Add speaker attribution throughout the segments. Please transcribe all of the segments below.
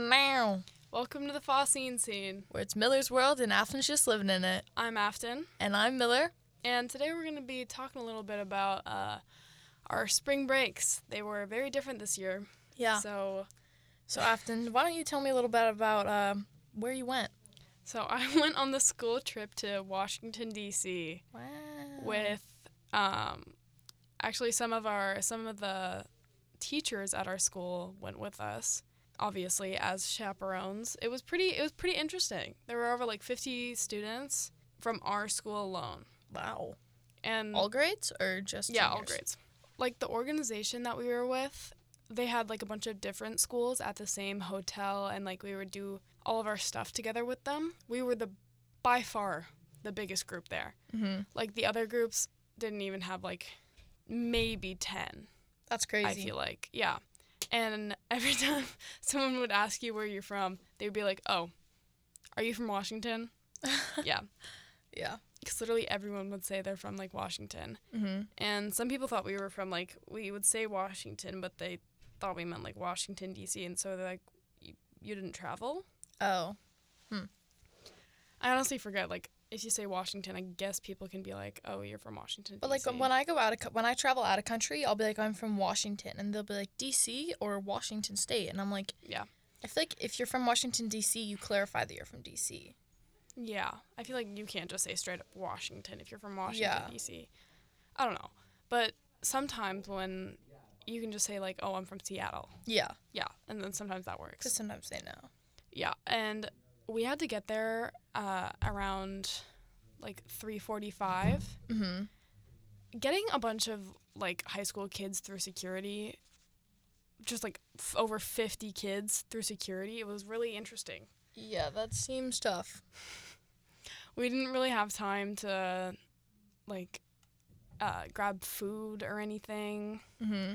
Speaker 1: Now,
Speaker 2: Welcome to the Fossine scene.
Speaker 1: where it's Miller's world and Afton's just living in it.
Speaker 2: I'm Afton,
Speaker 1: And I'm Miller.
Speaker 2: and today we're going to be talking a little bit about uh, our spring breaks. They were very different this year.
Speaker 1: Yeah. So,
Speaker 2: So,
Speaker 1: Afton, why don't you tell me a little bit about um, where you went?
Speaker 2: so I went on the school trip to Washington D.C.
Speaker 1: Wow. Mm.
Speaker 2: with um, actually some of our some of the teachers at our school went with us obviously as chaperones it was pretty it was pretty interesting there were over like 50 students from our school alone
Speaker 1: wow.
Speaker 2: and
Speaker 1: All grades or just
Speaker 2: yeah all
Speaker 1: juniors?
Speaker 2: grades like the organization that we were with they had like a bunch of different schools at the same hotel and like we would do all of our stuff together with them we were the by far the biggest group there
Speaker 1: Mhm.
Speaker 2: like the other groups didn't even have like maybe 10
Speaker 1: That's crazy.
Speaker 2: i feel like yeah and every time someone would ask you where you're from they would be like oh are you from washington yeah
Speaker 1: yeah.
Speaker 2: because literally everyone would say they're from like washington
Speaker 1: hmm
Speaker 2: and some people thought we were from like we would say washington but they thought we meant like washington d.c and so they're like you, you didn't travel
Speaker 1: Oh.
Speaker 2: i honestly forget like if you say washington i guess people can be like oh you're from washington
Speaker 1: But like
Speaker 2: DC.
Speaker 1: when I go out of co- when I travel out of country, I'll be like I'm from Washington, and they'll be like D.C. or Washington State, and I'm like,
Speaker 2: Yeah.
Speaker 1: I feel like if you're from Washington D.C., you clarify that you're from D.C.
Speaker 2: Yeah, I feel like you can't just say straight up Washington if you're from Washington
Speaker 1: Yeah.
Speaker 2: D.C. I don't know, but sometimes when you can just say like, "Oh, I'm from Seattle,"
Speaker 1: Yeah,
Speaker 2: yeah, and then sometimes that works.
Speaker 1: because sometimes they know.
Speaker 2: yeah, and we had to get there uh, around like 3:45.
Speaker 1: Mm-hmm.
Speaker 2: Getting a bunch of like high school kids through security, just like f- over 50 kids through security, it was really interesting.
Speaker 1: Yeah, that seems tough.
Speaker 2: we didn't really have time to like uh, grab food or anything
Speaker 1: Mm-hmm.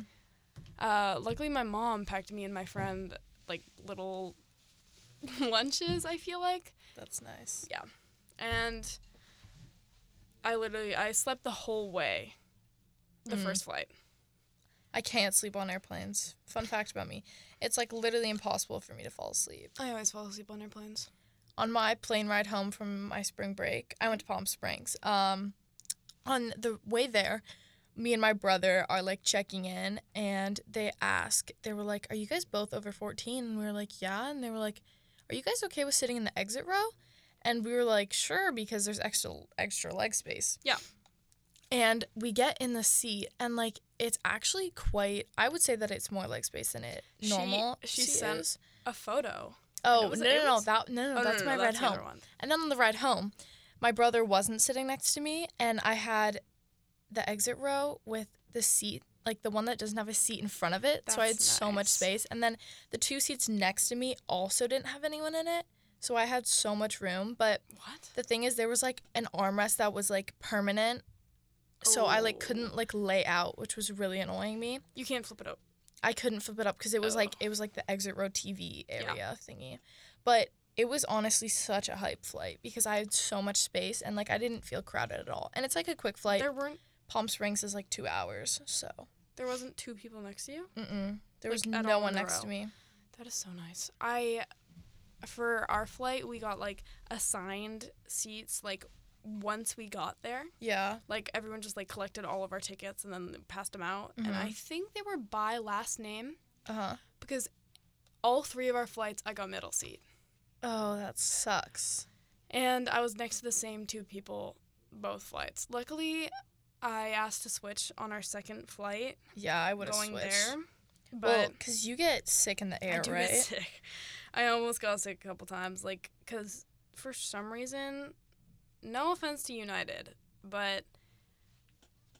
Speaker 2: uh, luckily my mom packed me and my friend like little lunches i feel like
Speaker 1: That's nice.
Speaker 2: and i literally i slept the whole way the
Speaker 1: Mm.
Speaker 2: first flight
Speaker 1: I can't sleep on airplanes. Fun fact about me. It's like literally impossible for me to fall asleep.
Speaker 2: i always fall asleep on airplanes
Speaker 1: On my plane ride home from my spring break, I went to Palm Springs. Um, on the way there, me and my brother are like checking in and they ask, they were like, Are you guys both over 14? And we were like, Yeah. And they were like, Are you guys okay with sitting in the exit row? And we were like, Sure, because there's extra extra leg space.
Speaker 2: Yeah.
Speaker 1: And we get in the seat and like it's actually quite I would say that it's more leg space than it
Speaker 2: She-
Speaker 1: normal.
Speaker 2: she sent-
Speaker 1: is.
Speaker 2: a photo
Speaker 1: Oh
Speaker 2: it was-
Speaker 1: no
Speaker 2: it
Speaker 1: no no
Speaker 2: was-
Speaker 1: that no no
Speaker 2: Oh,
Speaker 1: that's my ride
Speaker 2: the
Speaker 1: home.
Speaker 2: other one.
Speaker 1: And then on the ride home, my brother wasn't sitting next to me, and I had the exit row with the seat, like the one that doesn't have a seat in front of it. so I had
Speaker 2: That's
Speaker 1: so much
Speaker 2: nice.
Speaker 1: space. And then the two seats next to me also didn't have anyone in it. So I had so much room. But
Speaker 2: what
Speaker 1: the thing is, there was like an armrest that was like permanent. So I like
Speaker 2: Oh.
Speaker 1: couldn't like lay out, which was really annoying me.
Speaker 2: you can't flip it up
Speaker 1: I couldn't flip it up because it was
Speaker 2: Oh.
Speaker 1: like it was like the exit row TV
Speaker 2: Yeah.
Speaker 1: area thingy. But it was honestly such a hype flight because I had so much space and like I didn't feel crowded at all. And it's like a quick flight.
Speaker 2: there weren't
Speaker 1: Palm Springs is like two hours, so
Speaker 2: there wasn't two people next to you
Speaker 1: mm-mm. there was
Speaker 2: Like, at
Speaker 1: no
Speaker 2: all
Speaker 1: one
Speaker 2: in a
Speaker 1: next
Speaker 2: row.
Speaker 1: to me.
Speaker 2: That is so nice. I, for our flight, we got like assigned seats like once we got there.
Speaker 1: Yeah,
Speaker 2: Like everyone just like collected all of our tickets and then passed them out. And I think they were by last name
Speaker 1: uh huh.
Speaker 2: because all three of our flights, I got middle seat.
Speaker 1: Oh, that sucks.
Speaker 2: And I was next to the same two people both flights. Luckily, I asked to switch on our second flight
Speaker 1: Yeah, I would have
Speaker 2: going
Speaker 1: switched.
Speaker 2: there. But
Speaker 1: well, because you get sick in the air,
Speaker 2: I do
Speaker 1: right?
Speaker 2: get sick. I almost got sick a couple times, like, because for some reason, no offense to United, but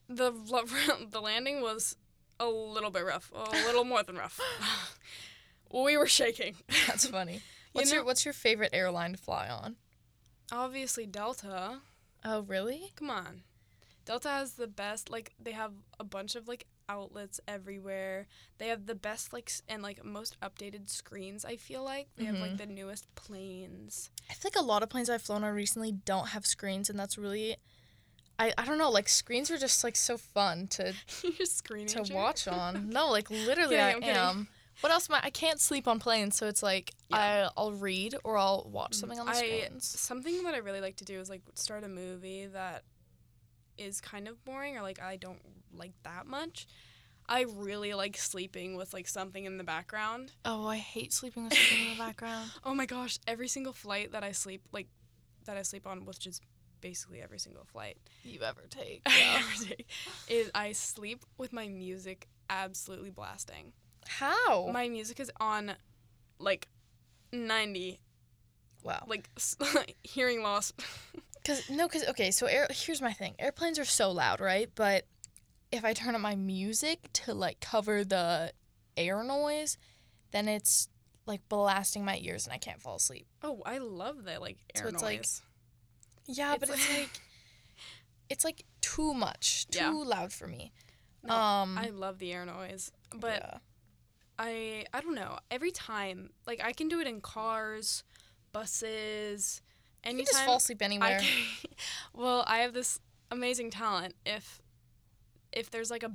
Speaker 2: the lo- the landing was a little bit rough, a little more than rough. we were shaking.
Speaker 1: That's funny. What's your
Speaker 2: know-
Speaker 1: What's your favorite airline to fly on?
Speaker 2: Obviously, Delta.
Speaker 1: Oh, really?
Speaker 2: Come on, Delta has the best. Like, they have a bunch of like outlets everywhere. They have the best like s- and like most updated screens. I feel like they have
Speaker 1: Mm-hmm.
Speaker 2: like the newest planes.
Speaker 1: I feel like a lot of planes I've flown on recently don't have screens, and that's really, I, I don't know, like screens are just like so fun to
Speaker 2: You're screaming.
Speaker 1: to watch on. No, like literally
Speaker 2: Kidding,
Speaker 1: I
Speaker 2: I'm kidding.
Speaker 1: am. What else am I? I can't sleep on planes, so it's like
Speaker 2: Yeah.
Speaker 1: I, I'll read or I'll watch something on the
Speaker 2: I-
Speaker 1: screens.
Speaker 2: Something that I really like to do is like start a movie that is kind of boring or like I don't like that much. I really like sleeping with like something in the background.
Speaker 1: Oh, I hate sleeping with something in the background.
Speaker 2: Oh my gosh, every single flight that I sleep like that I sleep on, which is basically every single flight
Speaker 1: You ever take?
Speaker 2: I
Speaker 1: Yeah.
Speaker 2: ever take, is I sleep with my music absolutely blasting.
Speaker 1: How?
Speaker 2: My music is on like 90
Speaker 1: wow.
Speaker 2: like s- hearing loss.
Speaker 1: Cause no, cause okay. So air, here's my thing. Airplanes are so loud, right? But if I turn up my music to like cover the air noise, then it's like blasting my ears and I can't fall asleep.
Speaker 2: Oh, I love that like air
Speaker 1: So it's, like,
Speaker 2: noise.
Speaker 1: Yeah, but
Speaker 2: It's
Speaker 1: it's like it's like too much, too
Speaker 2: Yeah.
Speaker 1: loud for me.
Speaker 2: No,
Speaker 1: um,
Speaker 2: I love the air noise, but
Speaker 1: yeah.
Speaker 2: I I don't know. Every time, like I can do it in cars, buses,
Speaker 1: you
Speaker 2: anytime.
Speaker 1: can just fall asleep
Speaker 2: I
Speaker 1: anywhere.
Speaker 2: can, well, I have this amazing talent. If if there's like a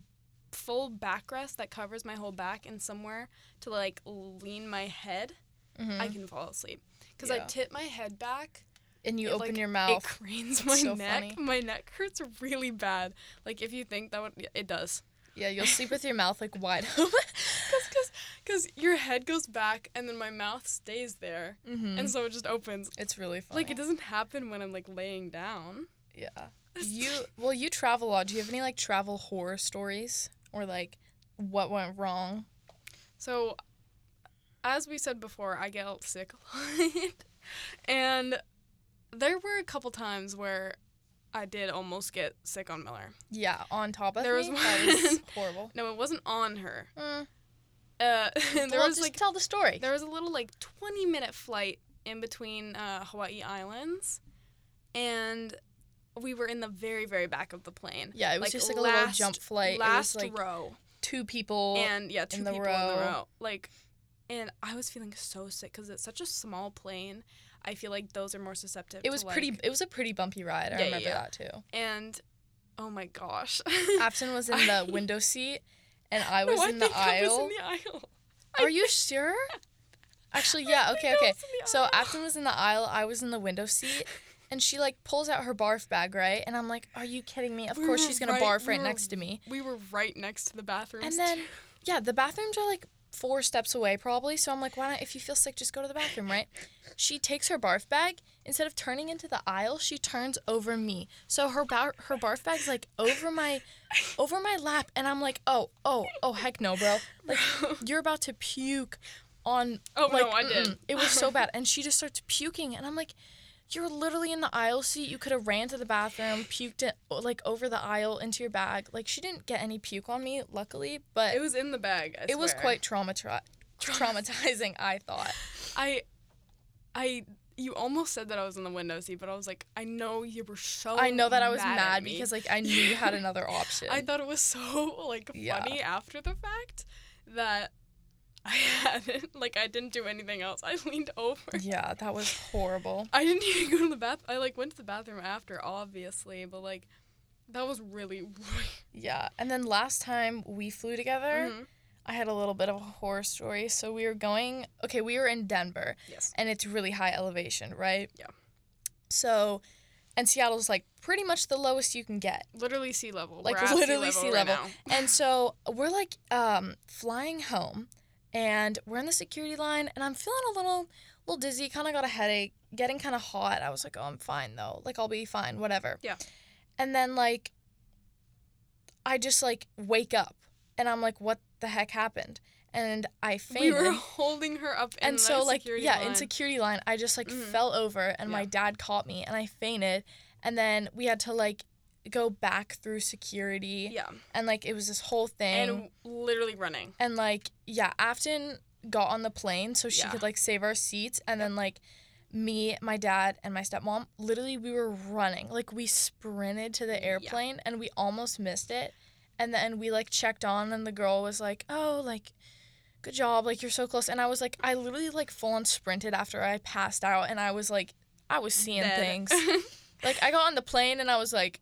Speaker 2: full backrest that covers my whole back and somewhere to like lean my head,
Speaker 1: Mhm.
Speaker 2: I can fall asleep because I
Speaker 1: Yeah.
Speaker 2: tip my head back
Speaker 1: and you
Speaker 2: it,
Speaker 1: open
Speaker 2: like,
Speaker 1: your
Speaker 2: it
Speaker 1: mouth.
Speaker 2: cranes
Speaker 1: It's
Speaker 2: my
Speaker 1: so
Speaker 2: neck.
Speaker 1: funny.
Speaker 2: My neck hurts really bad. Like if you think that would, yeah, it does.
Speaker 1: yeah, you'll sleep with your mouth like wide open.
Speaker 2: Cause, cause, 'cause your head goes back and then my mouth stays there,
Speaker 1: hmm
Speaker 2: and so it just opens.
Speaker 1: It's really funny.
Speaker 2: Like it doesn't happen when I'm like laying down.
Speaker 1: Yeah. You well, you travel a lot. Do you have any like travel horror stories or like what went wrong?
Speaker 2: So, as we said before, I get sick a lot, and there were a couple times where I did almost get sick on Miller.
Speaker 1: Yeah, on top of
Speaker 2: There was
Speaker 1: me? That was
Speaker 2: one-
Speaker 1: horrible.
Speaker 2: No, it wasn't on her.
Speaker 1: Mm.
Speaker 2: Uh, there
Speaker 1: well,
Speaker 2: was
Speaker 1: just
Speaker 2: like
Speaker 1: tell the story.
Speaker 2: There was a little like 20 minute flight in between uh, Hawaii Islands, and we were in the very, very back of the plane.
Speaker 1: yeah, it was
Speaker 2: like,
Speaker 1: just like a little
Speaker 2: last-
Speaker 1: jump flight.
Speaker 2: Last
Speaker 1: it was like
Speaker 2: row.
Speaker 1: two people.
Speaker 2: and yeah, two
Speaker 1: the
Speaker 2: people in the
Speaker 1: row.
Speaker 2: row. Like, and I was feeling so sick because it's such a small plane. I feel like those are more susceptible.
Speaker 1: it was
Speaker 2: to,
Speaker 1: pretty
Speaker 2: like-
Speaker 1: it was a pretty bumpy ride. I
Speaker 2: Yeah, yeah,
Speaker 1: remember
Speaker 2: yeah.
Speaker 1: that too.
Speaker 2: And oh my gosh.
Speaker 1: Afton was in the window seat and I
Speaker 2: No,
Speaker 1: was in the
Speaker 2: think I was
Speaker 1: aisle.
Speaker 2: in the aisle.
Speaker 1: Are you sure? Actually, yeah, okay,
Speaker 2: think I
Speaker 1: okay.
Speaker 2: was in the
Speaker 1: So
Speaker 2: aisle.
Speaker 1: Afton was in the aisle, I was in the window seat, and she like pulls out her barf bag, right? And I'm like, Are you kidding me? Of
Speaker 2: We
Speaker 1: course
Speaker 2: were
Speaker 1: she's gonna
Speaker 2: right-
Speaker 1: barf
Speaker 2: we
Speaker 1: right
Speaker 2: were-
Speaker 1: next to me.
Speaker 2: We were right next to the bathrooms.
Speaker 1: And then
Speaker 2: too.
Speaker 1: yeah, the bathrooms are like four steps away probably. So I'm like, why not if you feel sick, just go to the bathroom, right? She takes her barf bag, instead of turning into the aisle, she turns over me. So her bar- her barf bag's like over my over my lap and I'm like, Oh, oh, oh heck no, bro. Like you're about to puke on
Speaker 2: oh
Speaker 1: like,
Speaker 2: no, I did.
Speaker 1: mm-mm. It was so bad. And she just starts puking. And I'm like, you're literally in the aisle seat. You could have ran to the bathroom, puked it like over the aisle into your bag. Like she didn't get any puke on me, luckily, but
Speaker 2: It
Speaker 1: it was,
Speaker 2: was in the bag. I swear.
Speaker 1: quite traumatri- traumatizing, I thought.
Speaker 2: I, I, you almost said that I was in the window seat, but I was like, I know you were so.
Speaker 1: I know that I was
Speaker 2: Oh, mad,
Speaker 1: mad,
Speaker 2: at me.
Speaker 1: because like I knew you had another option.
Speaker 2: I thought it was so like
Speaker 1: Yeah.
Speaker 2: funny after the fact that I hadn't like I didn't do anything else. I leaned over.
Speaker 1: yeah, that was horrible.
Speaker 2: I didn't even go to the bath. I like went to the bathroom after, obviously, but like that was really. really
Speaker 1: Yeah. And then last time we flew together,
Speaker 2: Mhm.
Speaker 1: I had a little bit of a horror story. So we were going, okay, we were in Denver.
Speaker 2: Yes.
Speaker 1: and it's really high elevation, right?
Speaker 2: Yeah.
Speaker 1: So, and Seattle's like pretty much the lowest you can get.
Speaker 2: Literally sea level.
Speaker 1: Like,
Speaker 2: We're at
Speaker 1: literally
Speaker 2: sea
Speaker 1: sea
Speaker 2: level. right
Speaker 1: level.
Speaker 2: now.
Speaker 1: And so we're like um, flying home, and we're in the security line, and I'm feeling a little, little dizzy. Kind of got a headache, getting kind of hot. I was like, oh, I'm fine though. Like I'll be fine, whatever.
Speaker 2: Yeah.
Speaker 1: And then like, I just like wake up, and I'm like, what the heck happened? And I
Speaker 2: We
Speaker 1: fainted
Speaker 2: were holding her up, in
Speaker 1: and
Speaker 2: the
Speaker 1: so like
Speaker 2: security
Speaker 1: yeah
Speaker 2: line.
Speaker 1: in security line i just like
Speaker 2: Mhm.
Speaker 1: fell over and my
Speaker 2: Yeah.
Speaker 1: dad caught me and i fainted and then we had to like go back through security
Speaker 2: Yeah,
Speaker 1: and like it was this whole thing and,
Speaker 2: and literally running.
Speaker 1: like yeah afton got on the plane so she
Speaker 2: Yeah.
Speaker 1: could like save our seats and then like me my dad and my stepmom literally we were running like we sprinted to the
Speaker 2: Yeah.
Speaker 1: airplane and we almost missed it and then we like checked on and the girl was like oh like good job like you're so close and i was like i literally like full on sprinted after i passed out and i was like i was seeing
Speaker 2: Dead.
Speaker 1: things like i got on the plane and i was like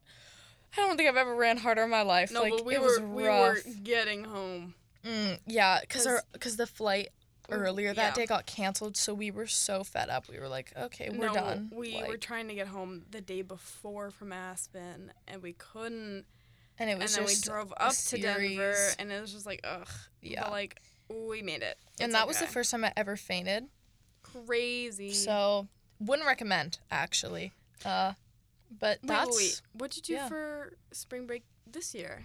Speaker 1: i don't think i've ever ran harder in my life
Speaker 2: no,
Speaker 1: like
Speaker 2: but we
Speaker 1: it was
Speaker 2: were
Speaker 1: rough
Speaker 2: we were getting home.
Speaker 1: Mm, yeah, because
Speaker 2: 'Cause-
Speaker 1: because the flight earlier that
Speaker 2: yeah.
Speaker 1: day got canceled, so we were so fed up. We were like, okay, we're
Speaker 2: no,
Speaker 1: done.
Speaker 2: we
Speaker 1: like,
Speaker 2: were trying to get home the day before from Aspen, and we couldn't.
Speaker 1: and it
Speaker 2: And
Speaker 1: was
Speaker 2: then we
Speaker 1: just
Speaker 2: drove up to Denver,
Speaker 1: series.
Speaker 2: and it was just like, ugh.
Speaker 1: yeah.
Speaker 2: But like, we made it. It's
Speaker 1: and that was the
Speaker 2: okay.
Speaker 1: first time I ever fainted.
Speaker 2: crazy.
Speaker 1: So wouldn't recommend actually. Uh, but
Speaker 2: wait, wait,
Speaker 1: that's
Speaker 2: wait. What did you do
Speaker 1: yeah.
Speaker 2: for spring break this year?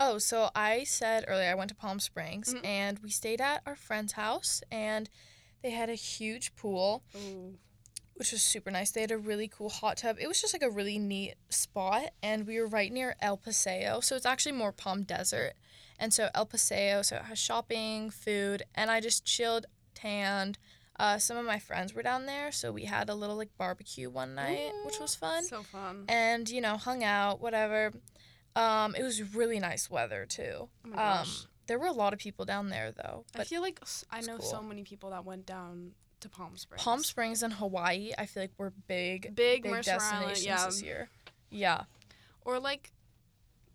Speaker 1: Oh, so I said earlier I went to Palm Springs
Speaker 2: Mhm.
Speaker 1: and we stayed at our friend's house and they had a huge pool,
Speaker 2: Ooh.
Speaker 1: which was super nice. They had a really cool hot tub. It was just like a really neat spot and we were right near El Paseo, so it's actually more Palm Desert. And so El Paseo, so it has shopping, food, and I just chilled, tanned. Uh, some of my friends were down there, so we had a little like barbecue one night, which
Speaker 2: Ooh,
Speaker 1: was fun
Speaker 2: So fun.
Speaker 1: and you know hung out whatever um it was really nice weather too
Speaker 2: Oh my
Speaker 1: um
Speaker 2: gosh.
Speaker 1: there were a lot of people down there though
Speaker 2: I
Speaker 1: but
Speaker 2: feel like s- I
Speaker 1: it's
Speaker 2: know so
Speaker 1: cool.
Speaker 2: many people that went down to Palm Springs.
Speaker 1: palm springs and hawaii i feel like were big
Speaker 2: big,
Speaker 1: big
Speaker 2: Mercer Island,
Speaker 1: destinations
Speaker 2: yeah,
Speaker 1: this year yeah
Speaker 2: or like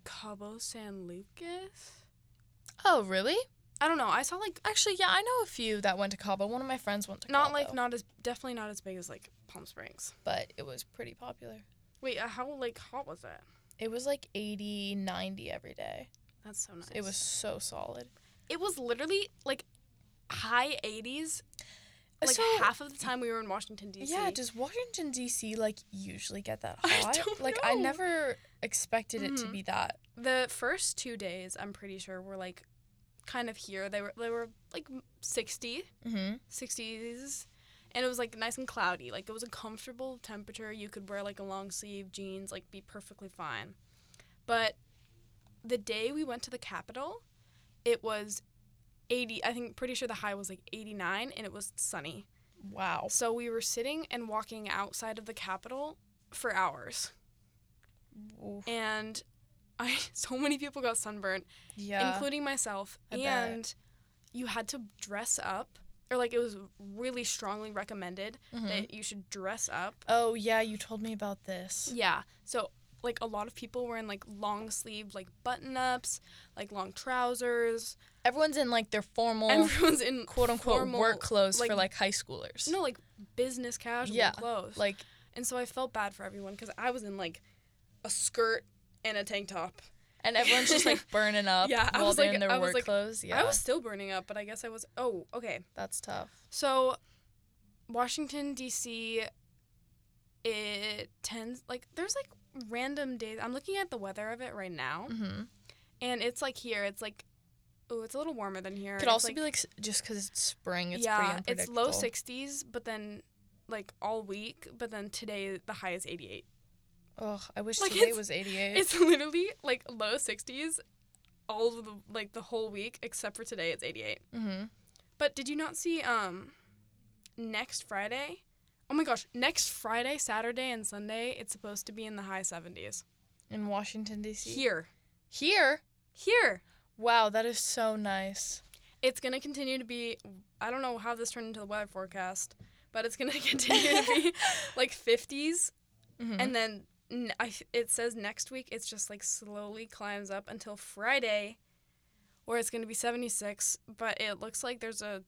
Speaker 2: Cabo San Lucas.
Speaker 1: oh really
Speaker 2: I don't know. I saw like
Speaker 1: actually yeah i know a few that went to cabo one of my friends went to
Speaker 2: not
Speaker 1: cabo
Speaker 2: like not as definitely not as big as like Palm Springs.
Speaker 1: but it was pretty popular
Speaker 2: Wait, uh, how like hot was that?
Speaker 1: it was like 80 90 every day
Speaker 2: That's so nice.
Speaker 1: it was so solid
Speaker 2: it was literally like high 80s like
Speaker 1: so,
Speaker 2: half of the time we were in Washington D.C.
Speaker 1: yeah does washington dc like usually get that
Speaker 2: I
Speaker 1: hot
Speaker 2: don't
Speaker 1: like i
Speaker 2: know.
Speaker 1: never expected it to
Speaker 2: Mhm.
Speaker 1: be that
Speaker 2: the first two days I'm pretty sure were like kind of here. They were they were like 60,
Speaker 1: Mm-hmm.
Speaker 2: 60s. And it was like nice and cloudy. Like it was a comfortable temperature. You could wear like a long sleeve jeans, like be perfectly fine. But the day we went to the Capitol, it was 80. I think pretty sure the high was like 89 and it was sunny.
Speaker 1: Wow.
Speaker 2: So we were sitting and walking outside of the Capitol for hours.
Speaker 1: Oof.
Speaker 2: And I so many people got sunburned,
Speaker 1: Yeah.
Speaker 2: including myself.
Speaker 1: I bet.
Speaker 2: and you had to dress up. Or like it was really strongly recommended
Speaker 1: Mhm.
Speaker 2: that you should dress up.
Speaker 1: oh yeah, you told me about this.
Speaker 2: Yeah. So like a lot of people were in like long sleeve like button ups, like long trousers.
Speaker 1: Everyone's in like their formal,
Speaker 2: Everyone's in
Speaker 1: quote unquote,
Speaker 2: formal-
Speaker 1: work clothes for
Speaker 2: like-
Speaker 1: like high schoolers.
Speaker 2: No, like business casual
Speaker 1: Yeah,
Speaker 2: clothes.
Speaker 1: Like
Speaker 2: And so I felt bad for everyone because I was in like a skirt and a tank top.
Speaker 1: and everyone's just like burning up
Speaker 2: Yeah, I
Speaker 1: while
Speaker 2: was
Speaker 1: they're
Speaker 2: like-
Speaker 1: in their
Speaker 2: I was
Speaker 1: work
Speaker 2: like-
Speaker 1: clothes. Yeah.
Speaker 2: I was still burning up, but I guess I was. Oh, okay.
Speaker 1: That's tough.
Speaker 2: So, Washington D.C. It tends like there's like random days. I'm looking at the weather of it right now,
Speaker 1: Mm-hmm.
Speaker 2: and it's like here. It's like, oh, it's a little warmer than here.
Speaker 1: Could
Speaker 2: It's,
Speaker 1: also
Speaker 2: like,
Speaker 1: be like s- just because it's spring, it's pretty
Speaker 2: yeah, it's
Speaker 1: unpredictable.
Speaker 2: low 60s, but then like all week, but then today the high is 88.
Speaker 1: Ugh, I wish
Speaker 2: Like,
Speaker 1: today
Speaker 2: it's-
Speaker 1: was 88.
Speaker 2: It's literally like low 60s all of the like the whole week except for today it's 88.
Speaker 1: mm-hmm.
Speaker 2: But did you not see um next Friday? Oh my gosh, next Friday, Saturday and Sunday, it's supposed to be in the high 70s.
Speaker 1: In Washington D.C.
Speaker 2: Here.
Speaker 1: Here.
Speaker 2: Here.
Speaker 1: Wow, that is so nice.
Speaker 2: It's going to continue to be I don't know how this turned into the weather forecast, but it's going to continue to be like 50s
Speaker 1: Mhm.
Speaker 2: and then n- I f- it says next week it's just like slowly climbs up until Friday where it's going to be 76, but it looks like there's a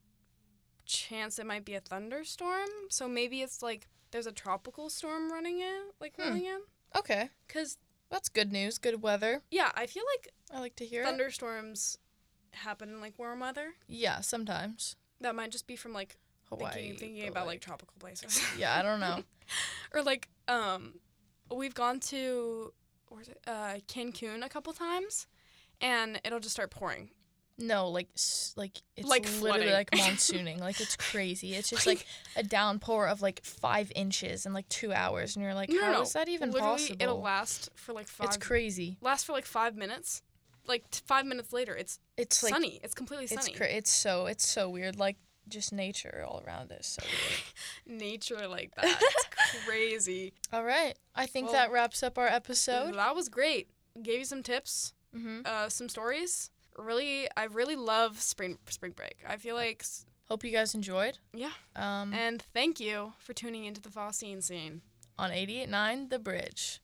Speaker 2: chance it might be a thunderstorm. So maybe it's like there's a tropical storm running in, like
Speaker 1: Hmm.
Speaker 2: rolling in.
Speaker 1: okay,
Speaker 2: Cuz
Speaker 1: that's good news. Good weather.
Speaker 2: yeah, I feel like
Speaker 1: I like to hear it.
Speaker 2: thunderstorms happen in like warm weather.
Speaker 1: Yeah, sometimes.
Speaker 2: That might just be from like
Speaker 1: Hawaii.
Speaker 2: thinking, thinking
Speaker 1: but,
Speaker 2: about like tropical places.
Speaker 1: yeah, I don't know.
Speaker 2: or like um we've gone to where's it, uh Cancun a couple times and it'll just start pouring.
Speaker 1: No, like s- like it's
Speaker 2: Like
Speaker 1: literally
Speaker 2: flooding.
Speaker 1: like monsooning. like it's crazy. It's just like a downpour of like five inches in like two hours, and you're like,
Speaker 2: No,
Speaker 1: how
Speaker 2: no,
Speaker 1: is that even
Speaker 2: Literally
Speaker 1: possible?
Speaker 2: it'll last for like 5
Speaker 1: it's crazy.
Speaker 2: last for like 5 minutes. Like t- 5 minutes later it's
Speaker 1: It's like
Speaker 2: sunny. It's completely
Speaker 1: it's
Speaker 2: sunny.
Speaker 1: cra- it's so it's so weird. Like just nature all around us. So weird.
Speaker 2: Nature like that. It's crazy.
Speaker 1: all right, I think
Speaker 2: Well,
Speaker 1: that wraps up our episode.
Speaker 2: that was great. Gave you some tips,
Speaker 1: hmm
Speaker 2: uh, some stories. Really I really love spring spring break. I
Speaker 1: Uh,
Speaker 2: feel like s-
Speaker 1: Hope you guys enjoyed.
Speaker 2: Yeah.
Speaker 1: Um,
Speaker 2: and thank you for tuning into the Fossine scene.
Speaker 1: on 88.9 The Bridge.